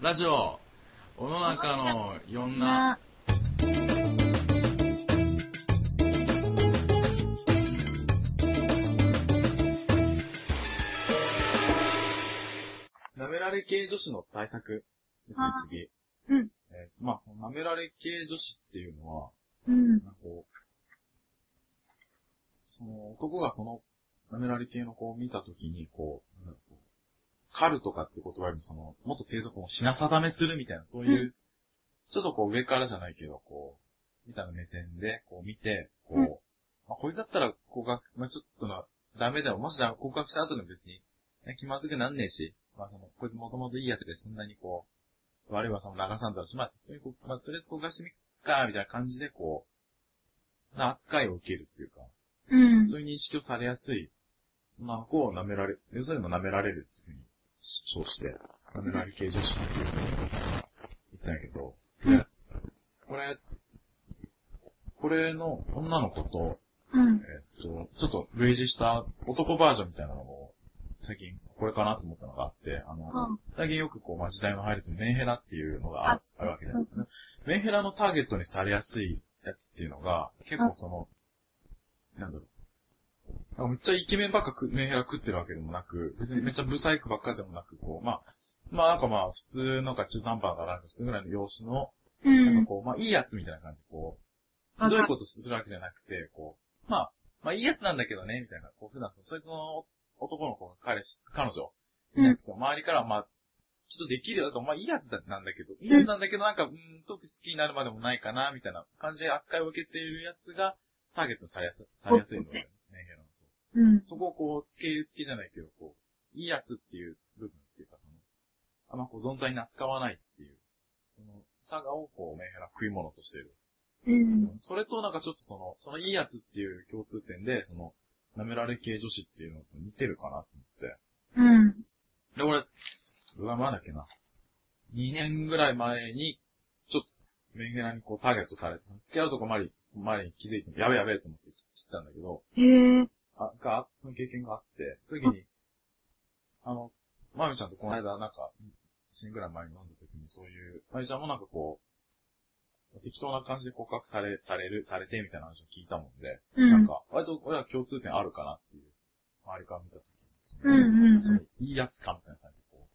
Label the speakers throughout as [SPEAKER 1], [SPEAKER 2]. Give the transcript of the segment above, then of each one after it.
[SPEAKER 1] ラジオ世の中のいろんな
[SPEAKER 2] な
[SPEAKER 3] 舐められ系女子の対策ですね
[SPEAKER 2] あ、
[SPEAKER 3] 次。
[SPEAKER 2] うん。
[SPEAKER 3] えーまあ、舐められ系女子っていうのは、
[SPEAKER 2] うん。
[SPEAKER 3] なんかこう、その男がその舐められ系の子を見たときに、こう、なんだろう狩るとかって言葉よりも、その、もっと継続を品定めするみたいな、そういう、
[SPEAKER 2] う
[SPEAKER 3] ちょっとこう上からじゃないけど、こう、みたいな目線で、こう見て、こう、
[SPEAKER 2] うん
[SPEAKER 3] まあ、こいつだったら告白、まあ、ちょっとな、ダメだよ。もしだ告白した後でも別に、ね気まずくなんねえし、まあその、こいつもともといいやつでそんなにこう、悪い噂も流さんだろうし、まあ、とにかくまあ、とりあえず告白してみっか、みたいな感じで、こう、な扱いを受けるっていうか、
[SPEAKER 2] うん。
[SPEAKER 3] そういう認識をされやすい。まあ、こう舐められ、要するに舐められるっていうふうに、称して、舐められ系女子っていうふうに言ったんやけど、
[SPEAKER 2] うん
[SPEAKER 3] これ、これの女の子と、
[SPEAKER 2] うん
[SPEAKER 3] え。っと、ちょっと類似した男バージョンみたいなのを、最近、これかなと思ったのがあって、あの、
[SPEAKER 2] うん
[SPEAKER 3] 最近よくこう、まあ、時代の配列にメンヘラっていうのがあ
[SPEAKER 2] あ
[SPEAKER 3] あるわけですよね。メンヘラのターゲットにされやすいやつっていうのが、結構その、なんだろう。なんかめっちゃイケメンばっかくメンヘラ食ってるわけでもなく、別にめっちゃブサイクばっかでもなく、こう、まあ、まあなんかまあ、普通のか中途半端ななんか普通ぐらいの様子の、
[SPEAKER 2] う
[SPEAKER 3] なん
[SPEAKER 2] ん
[SPEAKER 3] か。こう、まあいいやつみたいな感じで、こう、
[SPEAKER 2] わ
[SPEAKER 3] ひどい
[SPEAKER 2] かる
[SPEAKER 3] ことするわけじゃなくて、こう、まあ、まあいいやつなんだけどね、みたいな、こう普段、そいつの男の子が彼氏、彼女、いなくて、周りからはまあ、ちょっとできるよ、だとまあいいやつだなんだけど、いいやつなんだけど、なんか、うーん、特に好きになるまでもないかな、みたいな感じで扱いを受けているやつが、ターゲットにされやすされやすいので、ね、ヘラのそう
[SPEAKER 2] うん。
[SPEAKER 3] そこをこう、付け付けじゃないけど、こう、いいやつっていう部分っていうか、その、あんまこう、存在に扱わないっていう、その、差がをこう、メンヘラ食い物としている。
[SPEAKER 2] うん。
[SPEAKER 3] それとなんかちょっとその、そのいいやつっていう共通点で、その、舐められ系女子っていうのと似てるかなと思って。
[SPEAKER 2] うん。
[SPEAKER 3] で、俺、うわ、まだっけな。2年ぐらい前に、ちょっと、メンヘラにこうターゲットされて、付き合うとこまで、前に気づいて、やべやべと思って切ったんだけど、
[SPEAKER 2] へえ。
[SPEAKER 3] あ、が、その経験があって、その時に、あの、まゆみちゃんとこの間なんか、1年ぐらい前に飲んだ時にそういう、まゆみちゃんもなんかこう、適当な感じで告白され、される、されてみたいな話を聞いたもんで、
[SPEAKER 2] うん。
[SPEAKER 3] なんか、割と俺は共通点あるかなっていう、周りから見た時に。
[SPEAKER 2] うんうんうん
[SPEAKER 3] そのいいやつかみたいな感じでこ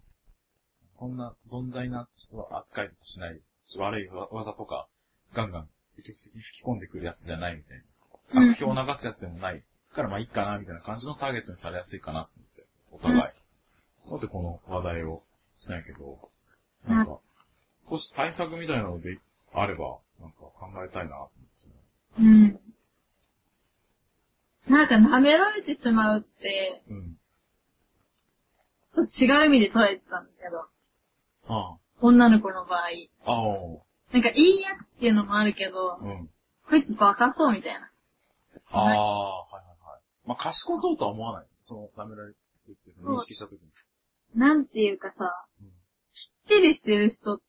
[SPEAKER 3] う、そんな、存在な人は扱いとかしない、悪い技とか、ガンガン積極的に吹き込んでくるやつじゃないみたいな。
[SPEAKER 2] うん
[SPEAKER 3] 悪評を流すやつでもない。だからまあいいかな、みたいな感じのターゲットにされやすいかな、って、お互い。なんでこの話題をしないけど、なんか、少し対策みたいなのであれば、なんか考えたいな、
[SPEAKER 2] うん。なんか舐められてしまうって、
[SPEAKER 3] うん。
[SPEAKER 2] ちょっと違う意味で捉えてたんだけど、
[SPEAKER 3] あ
[SPEAKER 2] 女の子の場合。
[SPEAKER 3] あ。あお
[SPEAKER 2] なんかいいやつっていうのもあるけど
[SPEAKER 3] う。、ん。
[SPEAKER 2] こいつバカそうみたいな。
[SPEAKER 3] ああ、はいはいはい。まあ、賢そうとは思わない。その、舐められてるって、その認識したときに。
[SPEAKER 2] なんていうかさ
[SPEAKER 3] うん、
[SPEAKER 2] きっちりしてる人っ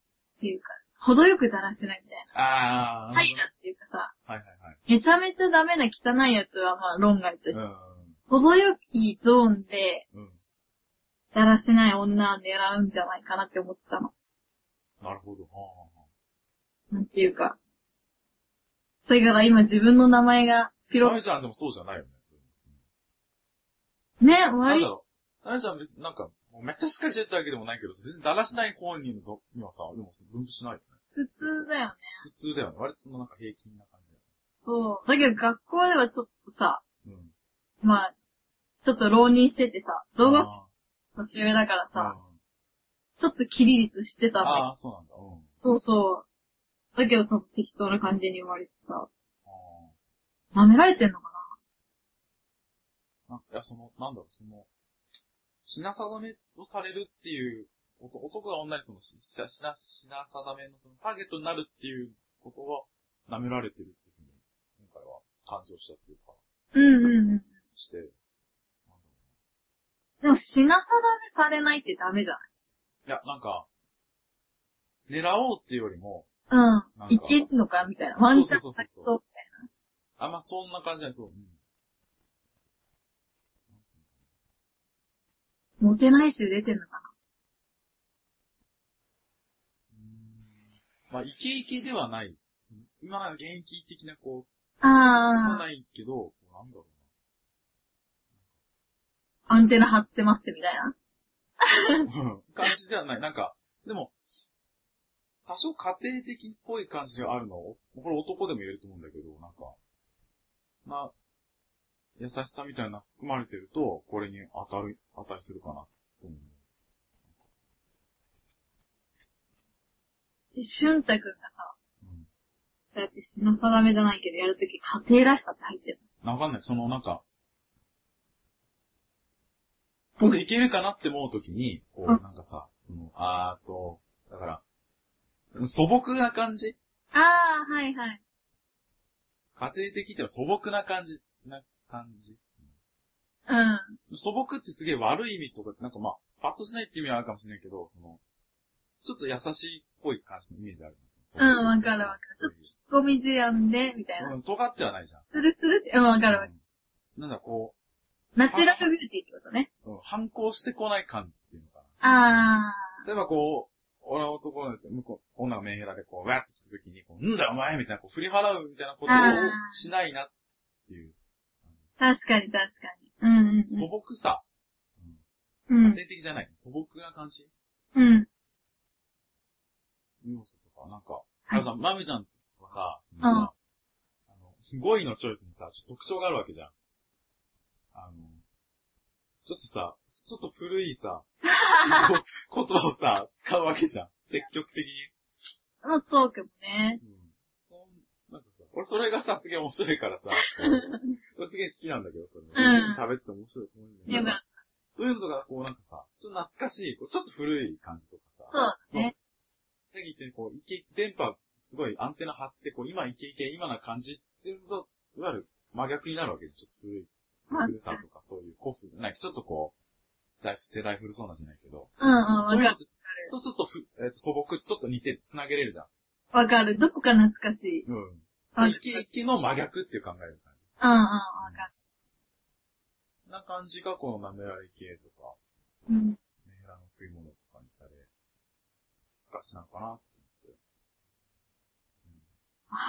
[SPEAKER 2] ていうか、程よくだらしてないみたい
[SPEAKER 3] ああ、
[SPEAKER 2] な。はいだっていうかさ、
[SPEAKER 3] はいはい
[SPEAKER 2] めちゃめちゃダメな汚いやつはまあ論外として、
[SPEAKER 3] はい。
[SPEAKER 2] 程よいゾーンで、
[SPEAKER 3] うん。うん。
[SPEAKER 2] だらしない女を狙うんじゃないかなって思ったの。
[SPEAKER 3] なるほど。ああ。
[SPEAKER 2] なんていうか。それから今自分の名前が、ピ
[SPEAKER 3] な
[SPEAKER 2] ロ、
[SPEAKER 3] えちゃんでもそうじゃないよね。
[SPEAKER 2] ね、
[SPEAKER 3] なん
[SPEAKER 2] 割
[SPEAKER 3] だろう。なえちゃん別になんか、もうめっちゃ好かれてるってわけでもないけど、全然だらしない方にのにはさ、でも分布しないよね。
[SPEAKER 2] 普通だよね。
[SPEAKER 3] 普通だよね。割とそのなんか平均な感じ
[SPEAKER 2] そう。だけど学校ではちょっとさ、
[SPEAKER 3] だよね。
[SPEAKER 2] まあ、ちょっと浪人しててさ、
[SPEAKER 3] うん。
[SPEAKER 2] 動学
[SPEAKER 3] あ
[SPEAKER 2] 年上だから
[SPEAKER 3] ー
[SPEAKER 2] さ、ちょっとキリリとしてた
[SPEAKER 3] うん
[SPEAKER 2] んだけど、
[SPEAKER 3] あー、そうなんだ。うん。
[SPEAKER 2] そうそう。だけどさ、適当な感じに言われてさ、
[SPEAKER 3] あー
[SPEAKER 2] 舐められてんのか
[SPEAKER 3] なんか、いや、その、なんだろう、その、品定めをされるっていう、おと男が女にその、し品、品品定めのそのターゲットになるっていうことは、舐められてるっていうふうに、今回は感情したっていうか、
[SPEAKER 2] なうんうんうん。
[SPEAKER 3] して、なんだろう
[SPEAKER 2] でも、品定めされないってダメじゃ
[SPEAKER 3] いや、なんか、狙おうっていうよりも、
[SPEAKER 2] な
[SPEAKER 3] ない
[SPEAKER 2] う
[SPEAKER 3] ん
[SPEAKER 2] ん。い
[SPEAKER 3] か
[SPEAKER 2] けんのかみたいな。ワンチャン
[SPEAKER 3] そうそう
[SPEAKER 2] 先
[SPEAKER 3] そうそ
[SPEAKER 2] と。
[SPEAKER 3] あんまそんな感じじゃない、そう。うん
[SPEAKER 2] モテない集出てんのか
[SPEAKER 3] まあ、イケイケではない。今なんか現役的な、こう、も
[SPEAKER 2] あ
[SPEAKER 3] ないけど、こうなんだろ
[SPEAKER 2] あ、アンテナ張ってますみたいな。
[SPEAKER 3] うな。 感じではない。なんか、でも、多少家庭的っぽい感じがあるの。これ男でも言えると思うんだけど、なんか、まあ、優しさみたいな含まれてると、これに当たる、値するかなと思う。
[SPEAKER 2] で、俊太くんがさ、
[SPEAKER 3] うん
[SPEAKER 2] そうやって品定めじゃないけどやるとき家庭らしさって入ってる。
[SPEAKER 3] わかんない。その、なんか、僕いけるかなって思うときに、こう、
[SPEAKER 2] うん
[SPEAKER 3] なんかさ、その、あーと、だから、素朴な感じ
[SPEAKER 2] ああ、はいはい。
[SPEAKER 3] 家庭的っていうのは素朴な感じ、な感じ。
[SPEAKER 2] うん。
[SPEAKER 3] 素朴ってすげえ悪い意味とか、なんかまあ、パッとしないって意味はあるかもしれないけど、その、ちょっと優しいっぽい感じのイメージある。
[SPEAKER 2] うんわかるわかる
[SPEAKER 3] そういう
[SPEAKER 2] ゴミ事案で、みたいな。
[SPEAKER 3] うん、尖ってはないじゃん。
[SPEAKER 2] スルスルって、うん、わかるわかる。
[SPEAKER 3] うんなんだこ
[SPEAKER 2] ナチュラルビューティーってことね。
[SPEAKER 3] う、うん反抗してこない感じっていうのかな。
[SPEAKER 2] あ
[SPEAKER 3] 例えばこう、俺は男なんですけど向こう、女がメンヘラでこう、わーって来た時に、こう、なんだお前みたいな、こう、振り払うみたいなことを
[SPEAKER 2] あ
[SPEAKER 3] しないなっていう、
[SPEAKER 2] あ、確かに確かに。うん
[SPEAKER 3] 素朴さ。
[SPEAKER 2] うんうん。
[SPEAKER 3] 家
[SPEAKER 2] う
[SPEAKER 3] 庭
[SPEAKER 2] ん。
[SPEAKER 3] 的じゃない。素朴な感じ
[SPEAKER 2] うん。
[SPEAKER 3] 要素とか、なんか、
[SPEAKER 2] い
[SPEAKER 3] あのさ、まみちゃんとかさ、
[SPEAKER 2] ん
[SPEAKER 3] なんかあの、語彙のチョイスにさ、ちょっと特徴があるわけじゃん。あの、ちょっとさ、ちょっと古い さ、こ言葉をさ、使うわけじゃん。積極的に。
[SPEAKER 2] のトークもね。
[SPEAKER 3] うんそんなんかさ、俺それがさ、すげえ面白い からさ、俺すげえ好きなんだけど、それ。
[SPEAKER 2] うん
[SPEAKER 3] 喋って面白いと思うんだけ
[SPEAKER 2] よ
[SPEAKER 3] ど
[SPEAKER 2] かっ。
[SPEAKER 3] そういうのが、こうなんかさ、ちょっと懐かしい、こうちょっと古い感じとか
[SPEAKER 2] た。そ
[SPEAKER 3] さ、
[SPEAKER 2] うだね。
[SPEAKER 3] さっき言ってこう、イケ、電波、すごいアンテナ張って、こう、今イケイケ、今な感じっていうのと、いわゆる真逆になるわけで、ちょっと古い、
[SPEAKER 2] まあ、う
[SPEAKER 3] 古さとかそういう、コス、なんかちょっとこう、だい世代古そうなんじゃないけど、
[SPEAKER 2] んうん、
[SPEAKER 3] そう
[SPEAKER 2] わ
[SPEAKER 3] いう
[SPEAKER 2] か
[SPEAKER 3] の
[SPEAKER 2] る。
[SPEAKER 3] と、そうするとふ、えっと素朴、ちょっと似て、繋げれるじゃん。
[SPEAKER 2] わかる。どこか懐かしい。
[SPEAKER 3] うん。
[SPEAKER 2] わか
[SPEAKER 3] イケイケの真逆っていう考える感
[SPEAKER 2] うんうん、わか
[SPEAKER 3] じ。な感じが、このなめられ系とか、
[SPEAKER 2] る。うん。
[SPEAKER 3] メヘラの食い物とかにされ、昔なのかなって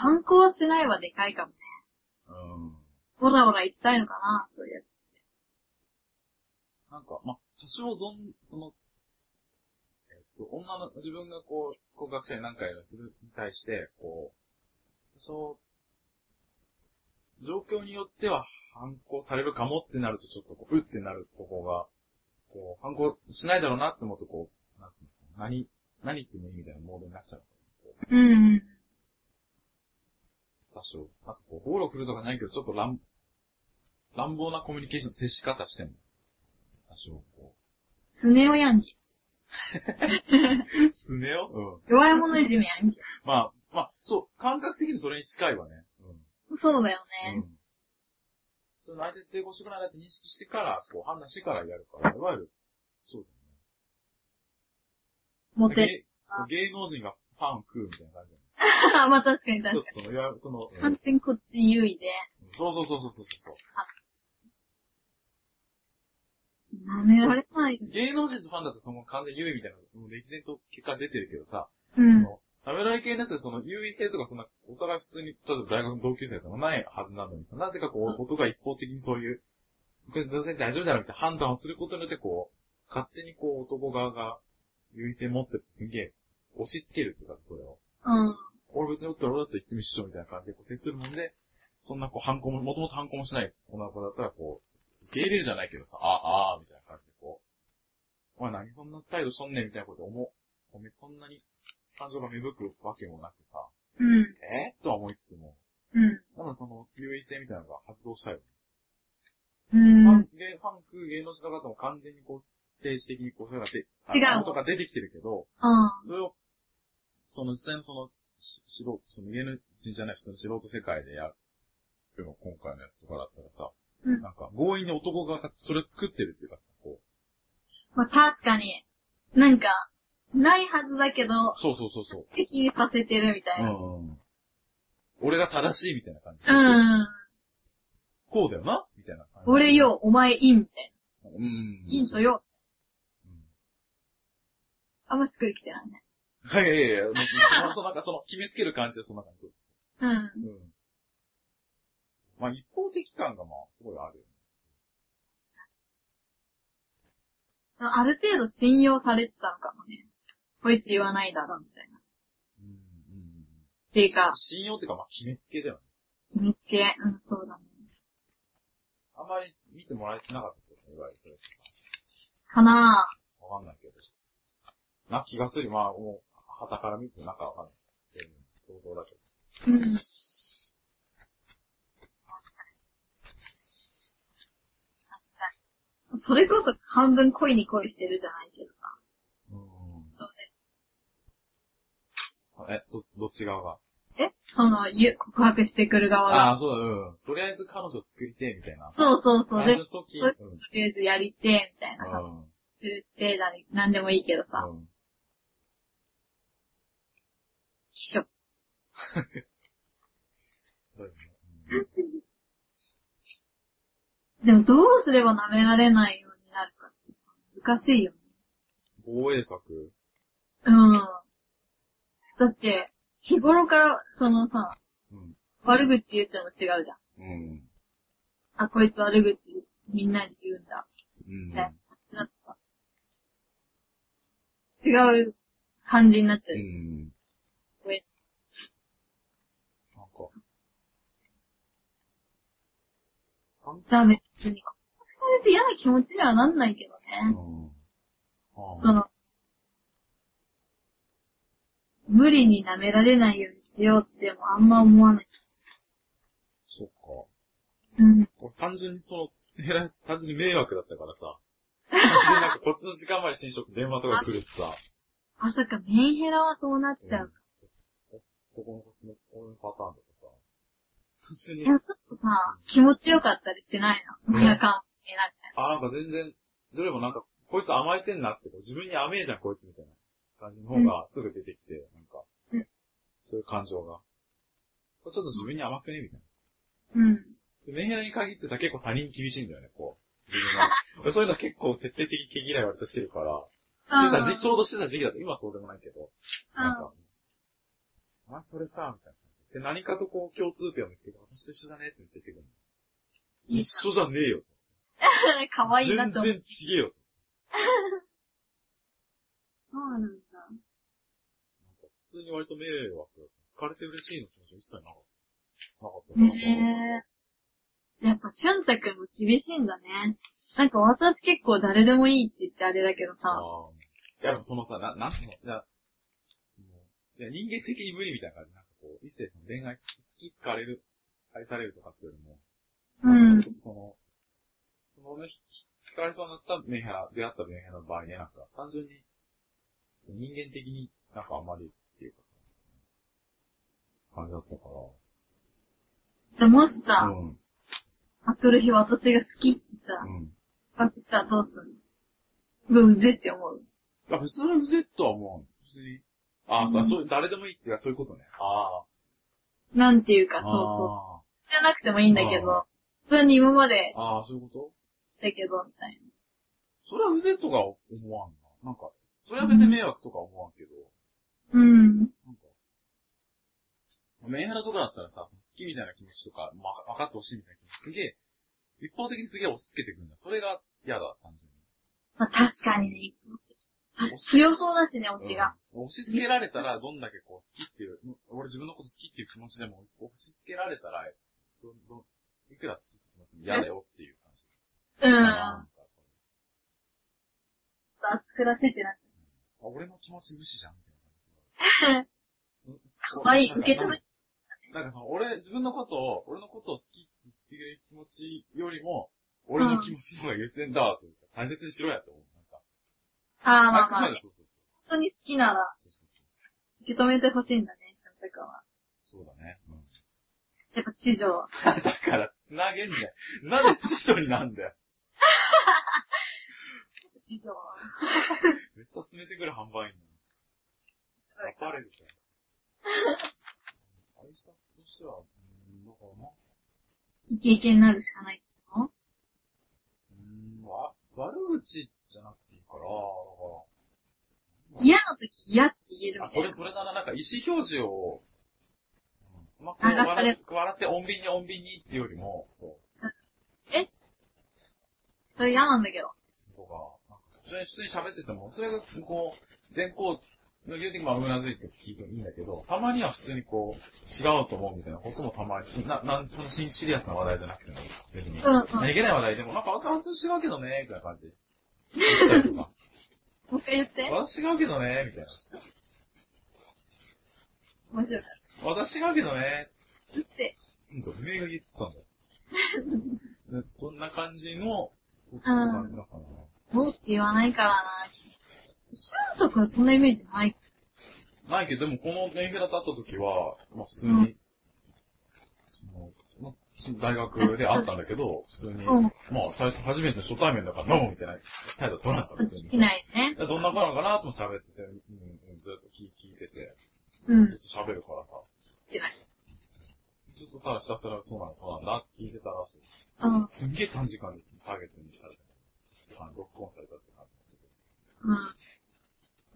[SPEAKER 2] 反抗はしてないはでかいかもね。
[SPEAKER 3] 思って。うん。
[SPEAKER 2] オラオラ言ったいのかな、そういうやつ。
[SPEAKER 3] なんか、ま、多少どん、その、えっと、女の、自分がこう、告白者に何回かするに対して、こう、多少、状況によっては反抗されるかもってなると、ちょっとこう、うってなるとこが、こう、反抗しないだろうなって思うと、こう、なんつうの、何、何言ってもいいみたいなモードになっちゃう。
[SPEAKER 2] うんうん。
[SPEAKER 3] 多少。あと、こう、暴力振るとかじゃないけど、ちょっと乱、乱暴なコミュニケーションの接し方しても、多少、こ
[SPEAKER 2] スネオヤンキ
[SPEAKER 3] う。すねようん。
[SPEAKER 2] ー。弱い者いじめヤンキー。
[SPEAKER 3] まあ、まあ、そう、感覚的にそれに近いわね。
[SPEAKER 2] そうだよ
[SPEAKER 3] うん。う
[SPEAKER 2] ね。
[SPEAKER 3] ん。その相手って抵抗してくないなって認識してから、こう判断してからやるから、いわゆる、そう
[SPEAKER 2] モ
[SPEAKER 3] だよ
[SPEAKER 2] テ。
[SPEAKER 3] ね。芸芸能人がパン食うみたいな感じだね。
[SPEAKER 2] まあ確かに
[SPEAKER 3] ちょっ
[SPEAKER 2] 確か
[SPEAKER 3] とその、いわゆるその、
[SPEAKER 2] に。
[SPEAKER 3] うん
[SPEAKER 2] 完全にこっち優位で。
[SPEAKER 3] そうそうそうそうそうそ
[SPEAKER 2] 舐められない。
[SPEAKER 3] う。芸能人とファンだとその完全優位みたいな、もう歴然と結果出てるけどさ、
[SPEAKER 2] う
[SPEAKER 3] そ
[SPEAKER 2] ん。
[SPEAKER 3] の、食べられ系になってその優位性とかそんな、お互い普通に、例えば大学の同級生とかないはずなのにさ、なぜかこう、男が一方的にそういう、これ全然大丈夫だろうって判断をすることによってこう、勝手にこう、男側が優位性持ってるってすげえ、押し付けるっていうか、それを。
[SPEAKER 2] うん。
[SPEAKER 3] 俺別に俺だと言ってみっしょみたいな感じでこう接するもんで、そんなこう、反抗も、もともと反抗もしない女の子だったらこう、受け入れるじゃないけどさ、ああー、みたいな感じでこう、お前何そんな態度しとんねんみたいなこと思う。おめこんなに感情が芽吹くわけもなくさ、
[SPEAKER 2] うん。
[SPEAKER 3] えー、とは思いつつも、
[SPEAKER 2] うん。
[SPEAKER 3] 多分その、優位性みたいなのが発動したよ。
[SPEAKER 2] う
[SPEAKER 3] ファ
[SPEAKER 2] ん。
[SPEAKER 3] ン、芸ファンク、芸能人の方も完全にこう、政治的にこう、そういうのが出
[SPEAKER 2] 違う
[SPEAKER 3] あのとか出てきてるけど、
[SPEAKER 2] うん。
[SPEAKER 3] それを、その実際のその、し素人、その芸能人じゃない人の素人世界でやるの、今回のやつとかだったらさ、
[SPEAKER 2] うん
[SPEAKER 3] なんか強引に男側がそれ作ってるっていうか、こう、
[SPEAKER 2] まあ確かに、なんか、ないはずだけど、
[SPEAKER 3] そうそうそうそう。
[SPEAKER 2] 適にさせてるみたいうな。
[SPEAKER 3] んうん。俺が正しいみたいな感じ。
[SPEAKER 2] うん。
[SPEAKER 3] こうだよなみたいな感じ。
[SPEAKER 2] 俺。よ、お前いいみたい
[SPEAKER 3] うん。
[SPEAKER 2] な。いいとよ。
[SPEAKER 3] うん。
[SPEAKER 2] あんましっくりきてないね。
[SPEAKER 3] はい、いやいや、なんかそのなんかその、決めつける感じでそんな感じ。
[SPEAKER 2] うん。
[SPEAKER 3] うん。まあ、一方的感がまあ、すごいあるよね。
[SPEAKER 2] ある程度信用されてたのかもね。こいつ言わないだろ、みたいな。っ
[SPEAKER 3] うん、うん。
[SPEAKER 2] ていうか、
[SPEAKER 3] 信用っていうか、まあ、決めつけだよね。
[SPEAKER 2] 決めつけ。うん、そうだね。
[SPEAKER 3] あんまり見てもらえてなかったですよね、いわゆる。
[SPEAKER 2] かなぁ。
[SPEAKER 3] わかんないけど。な気がする。まあ、もう、旗から見てなんかわかんない。うん、想像だけど。
[SPEAKER 2] うん。それこそ半分恋に恋してるじゃないけどさ。
[SPEAKER 3] うん。
[SPEAKER 2] そうね。
[SPEAKER 3] え、ど、どっち側が
[SPEAKER 2] えその、ゆ、告白してくる側が。
[SPEAKER 3] ああ、そうだ、うん。とりあえず彼女作りてえ、みたいな。
[SPEAKER 2] そうそうそう。で、
[SPEAKER 3] 前
[SPEAKER 2] と
[SPEAKER 3] の時、
[SPEAKER 2] そう
[SPEAKER 3] うん。
[SPEAKER 2] りあえずやりてえ、みたいな感
[SPEAKER 3] うん。
[SPEAKER 2] じで、なになんでもいいけどさ。
[SPEAKER 3] うん
[SPEAKER 2] 秘書。
[SPEAKER 3] そうですねうん
[SPEAKER 2] でもどうすれば舐められないようになるかって難しいよね。
[SPEAKER 3] 防衛策
[SPEAKER 2] うん。だって、日頃から、そのさ、
[SPEAKER 3] うん。
[SPEAKER 2] 悪口言っても違うじゃん。
[SPEAKER 3] うん。
[SPEAKER 2] あ、こいつ悪口みんなに言うんだ。
[SPEAKER 3] うん。
[SPEAKER 2] ねなんか、違う感じになっちゃう。
[SPEAKER 3] うん。なん
[SPEAKER 2] ごめん
[SPEAKER 3] か、
[SPEAKER 2] ダメ。別に。されて嫌な気持ちにはなんないけど
[SPEAKER 3] う
[SPEAKER 2] ね。
[SPEAKER 3] ん。
[SPEAKER 2] そ
[SPEAKER 3] ああ。
[SPEAKER 2] の、無理に舐められないようにしようってもあんま思わない。
[SPEAKER 3] そっか。
[SPEAKER 2] うん。
[SPEAKER 3] 俺単純にその、えらい、単純に迷惑だったからさ。単純になんかこっちの時間まで新職電話とか来るしさ。
[SPEAKER 2] まさかメンヘラはそうなっちゃう。
[SPEAKER 3] うん。ここのこっちの、こういうパターンだとさ。単純
[SPEAKER 2] い
[SPEAKER 3] に
[SPEAKER 2] や、、ちょっとさ、気持ちよかったりしてないの。
[SPEAKER 3] ね
[SPEAKER 2] なんか、えな
[SPEAKER 3] あ、
[SPEAKER 2] んか
[SPEAKER 3] なんか全然、どれもなんか、こいつ甘えてんなって、こう自分に甘えじゃん、こいつみたいな感じの方がすぐ出てきて、なんか
[SPEAKER 2] うん、
[SPEAKER 3] そういう感情が。これちょっと自分に甘くねみたいな。
[SPEAKER 2] うん。
[SPEAKER 3] でメンヘラに限ってさ、結構他人厳しいんだよね、こう。自分が俺そういうの結構徹底的に毛嫌い割としてるから。してた時ちょうどしてた時期だと、今はそうでもないけど、なん か、あ、それさ、みたいな。で、何かとこう共通点を見つけて、私と一緒だねって言ってくるの。
[SPEAKER 2] いい
[SPEAKER 3] 一緒じゃねえよ。
[SPEAKER 2] かわいいなと思う。
[SPEAKER 3] 全然違えよ。
[SPEAKER 2] そうなん
[SPEAKER 3] な
[SPEAKER 2] だ。
[SPEAKER 3] んか普通に割と迷惑だった。疲れて嬉しいの気持ちは一切なかった。なかったから。
[SPEAKER 2] ねえ。やっぱ、しゅんたくんも厳しいんだね。なんか私結構誰でもいいって言ってあれだけど
[SPEAKER 3] あ
[SPEAKER 2] さ。
[SPEAKER 3] あ。いや、でもそのさ、な、なんていうのいや、もう、いや、人間的に無理みたいな感じ。なんかこう、一世その恋愛、好き惹かれる、愛されるとかっていうよりも、
[SPEAKER 2] うん。
[SPEAKER 3] ちょっとその、そのね、惹かれそうになったメンヘラ、出会ったメンヘラの場合ね、なんか、単純に、人間的になんかあんまりっていうか、感じだったか
[SPEAKER 2] じゃ、もし
[SPEAKER 3] ら。
[SPEAKER 2] さ、
[SPEAKER 3] うん。
[SPEAKER 2] あ、来る日私が好きってさ、
[SPEAKER 3] うん。
[SPEAKER 2] バってさ、どうすんのうん、うぜって思う。
[SPEAKER 3] いや、普通の Z はもう、普通に、ああ、
[SPEAKER 2] うん
[SPEAKER 3] そう、誰でもいいっていうか、そういうことね。あ
[SPEAKER 2] なんていうか、
[SPEAKER 3] あ。
[SPEAKER 2] そうそう。
[SPEAKER 3] あ
[SPEAKER 2] じゃなくてもいいんだけど、普通に今まで
[SPEAKER 3] あ。ああ、そういうこと
[SPEAKER 2] だけど、みたい
[SPEAKER 3] それは Z が思わんな。なんか、それは別に迷惑とか思わんけど、
[SPEAKER 2] な。うん。
[SPEAKER 3] なんか、メンヘラとかだったらさ、好きみたいな気持ちとか、ま、分かってほしいみたいな気持ち、すげえ、一方的にすげえ押し付けてくるんだ。それが嫌だ、単純に。
[SPEAKER 2] まあ、確かにね、強そうだしね、推しが。
[SPEAKER 3] うん押し付けられたら、どんだけこう、好きっていう、俺自分のこと好きっていう気持ちでも、押し付けられたら、どんどん、いくら好きって気持ちでも嫌だよっていう感じ。
[SPEAKER 2] うん。
[SPEAKER 3] なんか
[SPEAKER 2] 熱くらせてなくて。
[SPEAKER 3] あ俺の気持ち無視じゃん、みたいな感じ。
[SPEAKER 2] かわいい。受け止め、
[SPEAKER 3] なんかその、俺、自分のことを、俺のことを好きって言ってくれる気持ちよりも、俺の気持ちの方が優先だわ、というか、大切にしろやと思う。なんか、
[SPEAKER 2] ああ、まあ
[SPEAKER 3] く
[SPEAKER 2] まあ、
[SPEAKER 3] で
[SPEAKER 2] 本
[SPEAKER 3] そうそう
[SPEAKER 2] 当に好きなら、
[SPEAKER 3] そう。
[SPEAKER 2] 受け止めてほしいんだね、シャンタ君は。
[SPEAKER 3] そうそうそうだね。うん。
[SPEAKER 2] やっぱ地上。
[SPEAKER 3] だから、繋げんね。なんで人になんだよ。
[SPEAKER 2] 地上。
[SPEAKER 3] めっちゃ詰めてくる販売員
[SPEAKER 2] そう
[SPEAKER 3] だな。バレるじゃん。対策としては、うん、だからな、
[SPEAKER 2] イケイケになるしかない。
[SPEAKER 3] うーん、わ、悪口じゃなくていいから、だから、なんだ
[SPEAKER 2] 嫌な時嫌って言える
[SPEAKER 3] あ
[SPEAKER 2] み、た
[SPEAKER 3] そ
[SPEAKER 2] い
[SPEAKER 3] れ、
[SPEAKER 2] な。
[SPEAKER 3] それだな、なんか意思表示を、うんまあ、こう
[SPEAKER 2] 流され
[SPEAKER 3] 笑って、笑って、穏便に穏便にっていうよりも、そう。
[SPEAKER 2] それ嫌なんだけど。
[SPEAKER 3] とか、なんか普通に、普通に喋ってても、それが、こう、全校、基本的にまあ、うなずいて聞いてもいいんだけど、たまには普通にこう、違うと思うみたいなこともたまに、な、なん、そのシシリアスな話題じゃなくても、別に。
[SPEAKER 2] うんうん。
[SPEAKER 3] 何気ない話題でも、なんか私は違うけどね、みたいな 感じ。言ったりとか
[SPEAKER 2] もう一回言って。
[SPEAKER 3] 私違うけどね、みたいな。
[SPEAKER 2] 面白いか
[SPEAKER 3] 私違うけどね、
[SPEAKER 2] ら。言って。
[SPEAKER 3] うんと、名が言って たんだよ。でそんな感じの、そう
[SPEAKER 2] うん
[SPEAKER 3] 感じだからな。
[SPEAKER 2] もうって言わないからな。シュンとかそんなイメージない。
[SPEAKER 3] ないけど、でもこの年表だと会った時は、まあ普通に、
[SPEAKER 2] うん
[SPEAKER 3] そのまあ大学で会ったんだけど、普通に、
[SPEAKER 2] うん
[SPEAKER 3] まあ最初初めての初対面だから、飲むみたいな態度は取らなかった。別
[SPEAKER 2] でき
[SPEAKER 3] に
[SPEAKER 2] ないね。
[SPEAKER 3] どんな子なのかなとも喋ってて、うんうんずっと聞いてて、
[SPEAKER 2] うん。
[SPEAKER 3] ずっ
[SPEAKER 2] で
[SPEAKER 3] と喋るからさ、
[SPEAKER 2] きない。
[SPEAKER 3] ずっとただひたすらそうなんだ、そうなんだって聞いてたら、
[SPEAKER 2] うん。
[SPEAKER 3] すんげえ短時間でターゲットにされた。あのロックオンされたって感じ。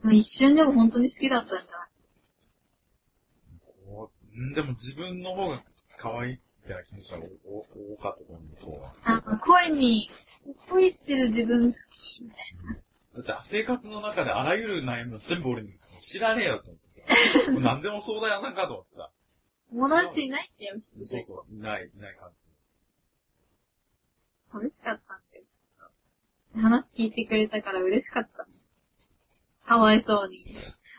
[SPEAKER 2] うん。一瞬でも本当に好きだったんだ。
[SPEAKER 3] こうんでも自分の方が可愛いってな気持ちが多多多かったと思うんですよ。
[SPEAKER 2] なんか恋に、恋してる自分好きみたい
[SPEAKER 3] だって生活の中であらゆる悩みを全部俺に知らねえよと思ってさ。もう何でも相談やなんかと思ってさ。
[SPEAKER 2] な。友達いないってよ。
[SPEAKER 3] そうそう、いない、いない感じ。
[SPEAKER 2] 寂しかったんだよ。話聞いてくれたから嬉しかった。かわいそうに。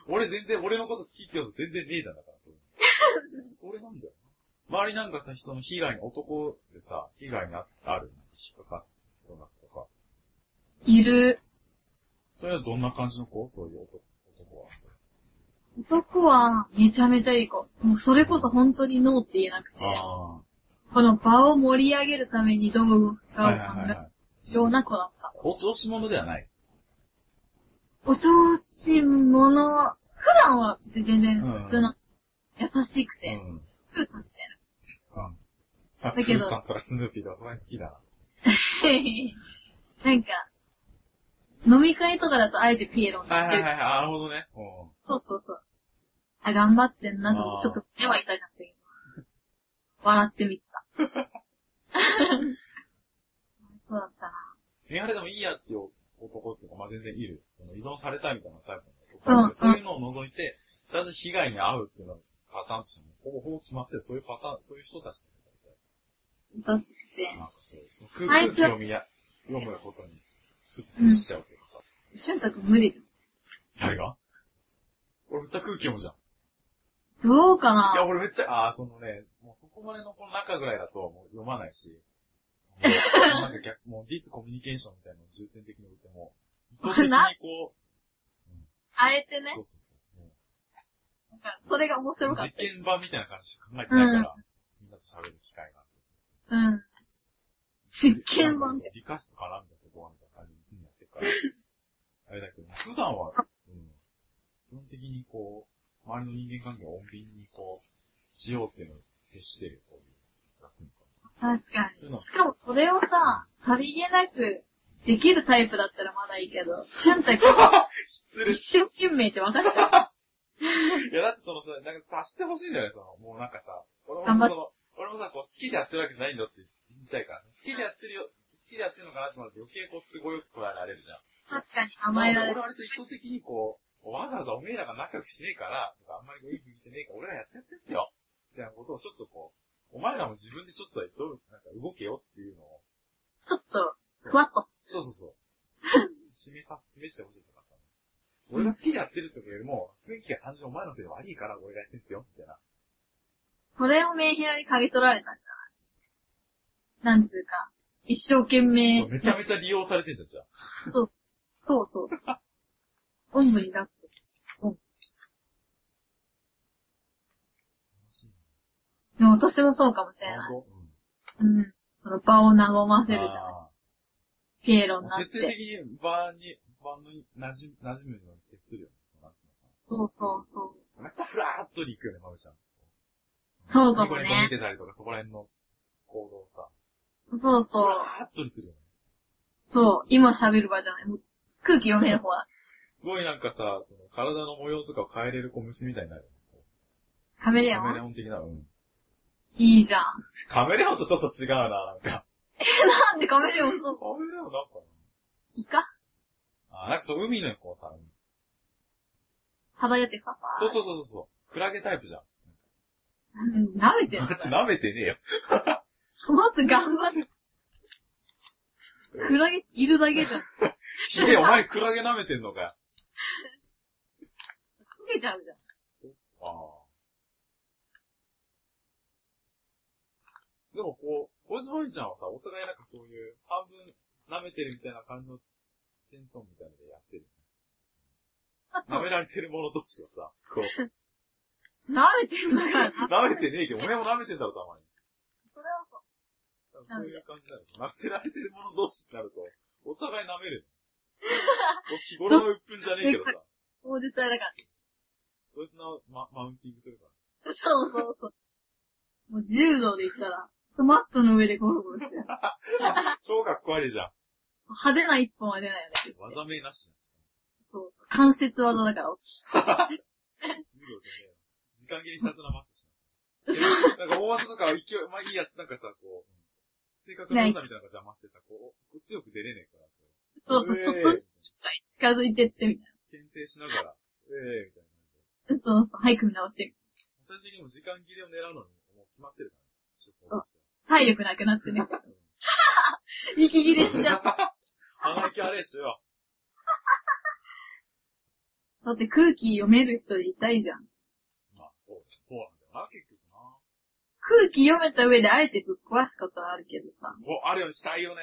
[SPEAKER 3] 俺全然、俺のこと好きって言うと全然ねえだんだから。それそれなんだよな。周りなんかさ、人の被害に、男でさ、被害にあある、引っかかってそうな子とか。
[SPEAKER 2] いる。
[SPEAKER 3] それはどんな感じの子そういう男男は。
[SPEAKER 2] 男はめちゃめちゃいい子。もうそれこそ本当にノーって言えなくて、
[SPEAKER 3] あ
[SPEAKER 2] この場を盛り上げるためにどう動く
[SPEAKER 3] あ。
[SPEAKER 2] かを
[SPEAKER 3] はいは
[SPEAKER 2] 考
[SPEAKER 3] いはい、はい。
[SPEAKER 2] えるような子だった。
[SPEAKER 3] お調子者ではない。
[SPEAKER 2] お調子者、普段は全然普通の、優しくて、
[SPEAKER 3] ん。
[SPEAKER 2] ふうさんみ
[SPEAKER 3] うん。さ
[SPEAKER 2] だけど
[SPEAKER 3] っきのさんとかスヌーピーとかそんなに好きだな。
[SPEAKER 2] たい な。なんか、飲み会とかだとあえてピエロに
[SPEAKER 3] はい
[SPEAKER 2] なっ
[SPEAKER 3] は
[SPEAKER 2] て
[SPEAKER 3] い
[SPEAKER 2] る
[SPEAKER 3] はい、あなるほどね。う
[SPEAKER 2] そうそうそう。あ、頑張ってんなと思って、ちょっと手は痛かったけど。笑ってみてた。そうだったな。
[SPEAKER 3] ん。やはりでもいいやっていう男っていうか、まあ全然いる。その依存されたいみたいなタイプの男
[SPEAKER 2] うん
[SPEAKER 3] そういうのを除いて、だんだん被害に遭うっていうのがパターンとしても、ほぼほぼ決まってる、そういうパターン、そういう人たち。
[SPEAKER 2] 私って、
[SPEAKER 3] なんかそう、空
[SPEAKER 2] はい
[SPEAKER 3] 空気を見や、読むことに、ふっしちゃうというか
[SPEAKER 2] 俊太くん無理
[SPEAKER 3] さ。
[SPEAKER 2] だよ。
[SPEAKER 3] 誰が俺めっちゃ空気読むじゃん。
[SPEAKER 2] どうか
[SPEAKER 3] いや、
[SPEAKER 2] な
[SPEAKER 3] 俺めっちゃ、ああ、そのね、もうそこまでのこの中ぐらいだと、もう読まない し、もうなんか逆、もうディープコミュニケーションみたいなのを重点的に置いても、意図的にこう、
[SPEAKER 2] あえてね
[SPEAKER 3] そう、そうそうも
[SPEAKER 2] なんかそれが面白
[SPEAKER 3] う
[SPEAKER 2] かっ
[SPEAKER 3] 実験版みたいな感じで考えてないから、みんなと喋る機会があって。
[SPEAKER 2] た。うん。実験版で。
[SPEAKER 3] 理科室かなみたいなとこはみたいな感じにやってるから、あれだけど、普段は、うん、基本的にこう、周りの人間関係を穏便にこう、しようっていうのを徹してるよ、こういう楽にこう。
[SPEAKER 2] 確かに。
[SPEAKER 3] そういうのは
[SPEAKER 2] しかもそれをさ、さりげなくできるタイプだったらまだいいけど、俊太くんは
[SPEAKER 3] 失礼
[SPEAKER 2] 一生懸命って分かっちゃう。
[SPEAKER 3] いや、だってそのさ、なんか察してほしいんじゃないその、もうなんかさ、俺も
[SPEAKER 2] 頑張っ
[SPEAKER 3] その、俺もさ、こう、好きでやってるわけじゃないんだって言いたいから、好きでやってるよ、好きでやってるのかなって思うと余計こう、すごいよく捉えられるじゃん。
[SPEAKER 2] 確かに甘えられ
[SPEAKER 3] 俺
[SPEAKER 2] る。
[SPEAKER 3] 割と意図的にこう、わざわざおめえらが仲良くしねえから、とかあんまりいいふうにしてねえから、俺らやってやってってよみたいなことをちょっとこう、お前らも自分でちょっとどう、なんか動けよっていうのを、
[SPEAKER 2] ちょっと、ふわっと。
[SPEAKER 3] そう そうそう。示さ、示してほしいとかさ。俺が好きでやってるとかよりも、雰囲気が単純にお前のせいで悪いから俺がやってんすよ、みたいな。
[SPEAKER 2] それをメンヘラに嗅ぎ取られたんじゃないなんつうか、一生懸命、
[SPEAKER 3] めちゃめちゃ利用されてんじゃん、じゃあ。
[SPEAKER 2] そうそう。おんぶに抱っこ。でも私もそうかもしれない。
[SPEAKER 3] 本
[SPEAKER 2] うん。その場を和ま
[SPEAKER 3] 当
[SPEAKER 2] せるじゃない。ピエロになっ
[SPEAKER 3] 徹底的
[SPEAKER 2] て。
[SPEAKER 3] にバーに、バーのに馴染む、馴染むように徹するよね。なんていう
[SPEAKER 2] そうそうそう。
[SPEAKER 3] のかなめっちゃふらーっとに行くよね、まぶちゃん。
[SPEAKER 2] そうかも
[SPEAKER 3] ニ
[SPEAKER 2] ね
[SPEAKER 3] コニコ見てたりとか、そこら辺の行動さ。
[SPEAKER 2] そう
[SPEAKER 3] ふ
[SPEAKER 2] そう。
[SPEAKER 3] らーっとにするよね。
[SPEAKER 2] そう。今喋る場じゃない。もう空気読める方だ。
[SPEAKER 3] すごいなんかさ、その体の模様とかを変えれるこう虫みたいになる。
[SPEAKER 2] カメレオ
[SPEAKER 3] カメレ
[SPEAKER 2] ン
[SPEAKER 3] オン的な、うん。
[SPEAKER 2] いいじゃん。
[SPEAKER 3] カメレオンとちょっと違うな、なんか。
[SPEAKER 2] え、なんでカメレオンそう、
[SPEAKER 3] カメレオンなんか
[SPEAKER 2] イカ
[SPEAKER 3] な。あ、なんかそう、海のこうさ、
[SPEAKER 2] 漂ってパパ
[SPEAKER 3] そうそうそうそう、クラゲタイプじゃん。
[SPEAKER 2] うん、舐めてる。
[SPEAKER 3] 舐めてねえよ。
[SPEAKER 2] もっと頑張って。クラゲいるだけじゃん。
[SPEAKER 3] ひでえ、お前クラゲ舐めてんのかよ。
[SPEAKER 2] 溶けちゃうじゃん。
[SPEAKER 3] ああ。でもこう、おじまいちゃんはさ、お互いなんかそういう、半分舐めてるみたいな感じのテンションみたいなのでやってる。
[SPEAKER 2] あと
[SPEAKER 3] 舐められてる者同士がさ、 こう、
[SPEAKER 2] 舐めてんだから。
[SPEAKER 3] 舐めてねえけど、お前も舐めてんだろ、たまに。
[SPEAKER 2] それはそう。
[SPEAKER 3] そういう感じなの。舐められてる者同士になると、お互い舐 める。こう日頃の鬱憤じゃねえけどさ、
[SPEAKER 2] 当日体だから。
[SPEAKER 3] そいつのママウンティングするから。
[SPEAKER 2] そうそうそう。もう柔道で言ったら、トマットの上でゴロゴロしてる。
[SPEAKER 3] 超かっこ悪いじゃん。
[SPEAKER 2] 派手な一本は出ないよね。
[SPEAKER 3] 技名なしじゃん。
[SPEAKER 2] そう。関節技だから。
[SPEAKER 3] 柔道じゃねえよ。時間切りしたつなマッチしな。なんか大技とか勢い、まあいいやつなんかさ、こう、性格の良さみたいなのが邪魔してさ、こう、こっちよく出れねえから、こう。
[SPEAKER 2] そうそう、ちょっと
[SPEAKER 3] ええ
[SPEAKER 2] ずつ近づいてってみたい
[SPEAKER 3] 検定しながら、ええみたいな。
[SPEAKER 2] な。そうそう、はい、組み直してみ
[SPEAKER 3] 最終的にも時間切れを狙うのに、もう決まってるからね。出発して
[SPEAKER 2] 体力なくな ってね。息切れしちゃう。
[SPEAKER 3] 鼻息あれしよ。
[SPEAKER 2] だって空気読める人いたいじゃん。
[SPEAKER 3] まあ、そうだ、そうなんだよな、結局な。
[SPEAKER 2] 空気読めた上であえてぶっ壊すことはあるけどさ。
[SPEAKER 3] そう、あるようにしたいよね。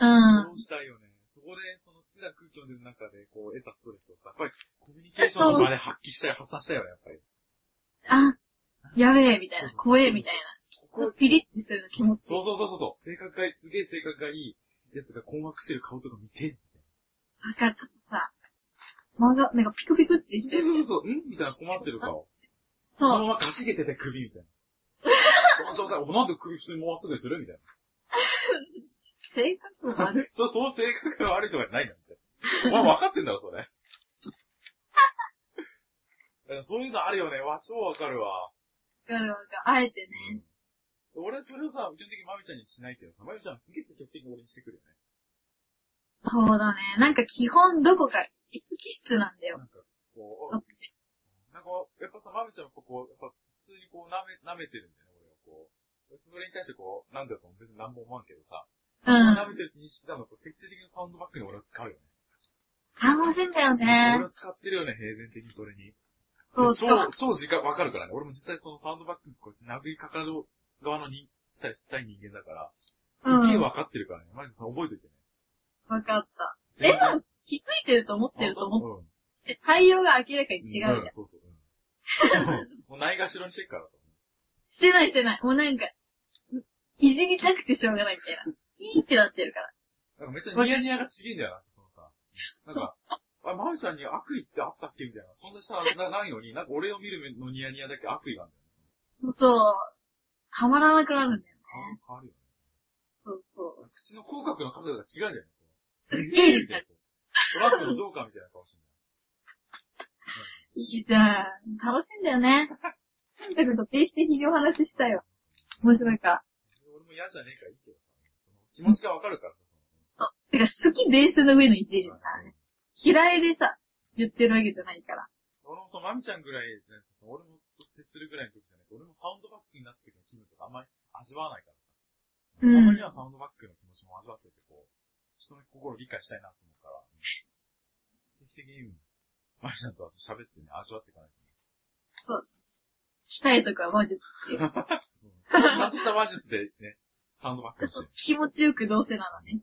[SPEAKER 2] うん。
[SPEAKER 3] そうしたいよね。そこで、その、普段空気読んでる中で、こう、得たストレスをさ、やっぱり、コミュニケーションの場で発揮したい、発散したいよね、やっぱり。
[SPEAKER 2] あ、やべえ、みたいな。怖え、みたい
[SPEAKER 3] こ
[SPEAKER 2] な
[SPEAKER 3] こ。、
[SPEAKER 2] ピリッてするの気持ちいい。
[SPEAKER 3] そうそうそうそう。性格がいい、すげえ性格がいいやつが困惑してる顔とか見て。
[SPEAKER 2] わかった。さ、漫画、なんかピクピクってして
[SPEAKER 3] そう
[SPEAKER 2] る。
[SPEAKER 3] そうそう、んみたいな困ってる顔。そ
[SPEAKER 2] そう。
[SPEAKER 3] のままかしげてて首みたい な。そうそう、なんで首普通に回すぐにするみたいな。
[SPEAKER 2] 性格が悪い。
[SPEAKER 3] そう、その性格が悪いとかじゃない んだって。お前分かってんだろ、それ。 だからそういうのあるよね。わ、超わかるわ。
[SPEAKER 2] わかるわかる。あえてね。
[SPEAKER 3] 俺、それをさ、基本的にマミちゃんにしないけどさ、マミちゃんすげえ積極的に俺にしてくるよね。
[SPEAKER 2] そうだね。なんか基本どこか一気質なんだよ。
[SPEAKER 3] なんか、こう、なんか、やっぱさ、まみちゃんはこう、やっぱ、普通にこう、舐め、舐めてるんだよね、俺はこう。それに対してこう、なんだよ、別に何も思わんけどさ。
[SPEAKER 2] う
[SPEAKER 3] 舐
[SPEAKER 2] ん。
[SPEAKER 3] めてるって認識したのと、徹底的なサウンドバックに俺は使うよね。
[SPEAKER 2] 楽しいんだよね
[SPEAKER 3] 俺。は使ってるよね、平然的にそれに。
[SPEAKER 2] そう
[SPEAKER 3] 超超
[SPEAKER 2] そう。、
[SPEAKER 3] 時間わかるからね。俺も実際そのサウンドバックにこう、殴りかかる側の人、したりしたい人間だから、
[SPEAKER 2] う
[SPEAKER 3] すげえ
[SPEAKER 2] ん。
[SPEAKER 3] わかってるからね。マジでさ、覚えといてね。
[SPEAKER 2] わかった。え、でも気づいてると思ってると思って、対応が明らかに違うじゃん。
[SPEAKER 3] ん。そうそう。うん、 もうないがしろにしてっからと思う。
[SPEAKER 2] してないしてない。もうなんか、いじりたくてしょうがないみたいな。いいってなってるから。
[SPEAKER 3] なんかめっちゃニヤニヤがちげえんだよな、そのさ。なんか、あ、まみちゃんに悪意ってあったっけみたいな。そんなさ、な、ないのに、なんか俺を見る目のニヤニヤだけ悪意があるんだよ。
[SPEAKER 2] そう。はまらなくなるんだよ。
[SPEAKER 3] 変わるよね。
[SPEAKER 2] そうそう。
[SPEAKER 3] 口の口角の角度が違うじゃん。
[SPEAKER 2] すっげえ
[SPEAKER 3] みたいな。ト ラックのジョーカーみたいな顔してる。
[SPEAKER 2] いいじゃん。楽しいんだよね。だけど定期的にお話ししたよ。面白いから。
[SPEAKER 3] 俺も嫌じゃねえからいいけどさ。気持ちがわかるからさ。
[SPEAKER 2] てか、好きベースの上の一位だからね。嫌いでさ、言ってるわけじゃないから。
[SPEAKER 3] 俺もそのまみちゃんぐらいじゃないと俺も接するぐらいの時じゃないと俺もサウンドバックになってる時の気分とかあんまり味わわないからさ。た
[SPEAKER 2] う
[SPEAKER 3] ま
[SPEAKER 2] ん
[SPEAKER 3] に。はサウンドバックの気持ちも味わってて、こう、人の心を理解したいなと思うから、定期的に、マリちゃんと私喋ってね、味わっていかないと。
[SPEAKER 2] したいとかは魔術。
[SPEAKER 3] ちゃんとした話術でね、サウンドバックにして。
[SPEAKER 2] 気持ちよくどうせなのね。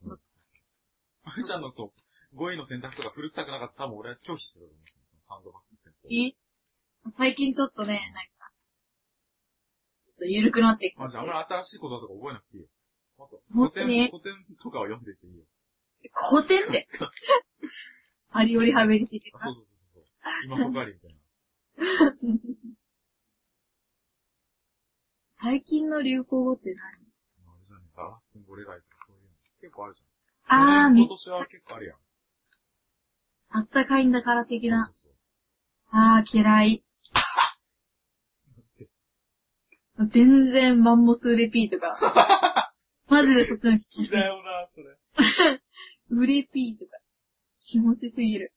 [SPEAKER 3] マリちゃんのと、5位の選択とか古臭くなかったら多分俺は拒否してたと思うし、サウンドバックって。
[SPEAKER 2] いい最近ちょっとね、なんか、ちょっと緩くなってきた
[SPEAKER 3] マ。ジあんまり新しい言葉とか覚えなくていいよ。もっと
[SPEAKER 2] 本
[SPEAKER 3] 古
[SPEAKER 2] 当
[SPEAKER 3] 典、
[SPEAKER 2] に
[SPEAKER 3] 古典とかを読んでいっていいよ。
[SPEAKER 2] 古典で。パリオリハビリティ的
[SPEAKER 3] あ
[SPEAKER 2] な。
[SPEAKER 3] そうそうそうそう。今ほかりみたいな。
[SPEAKER 2] 最近の流行語って
[SPEAKER 3] あれじゃね、ダラステンゴレガイとかそういうの。結構あるじゃん。
[SPEAKER 2] 何あー、
[SPEAKER 3] 今
[SPEAKER 2] み、
[SPEAKER 3] 年は結構あるやん。
[SPEAKER 2] あったかいんだから的な。
[SPEAKER 3] そうそうそう
[SPEAKER 2] ああ、嫌い。全然マンモスレピートが。マ ジ でそっちの聞き
[SPEAKER 3] 嫌いよな、それ。
[SPEAKER 2] うれピーとか、気持ちすぎる。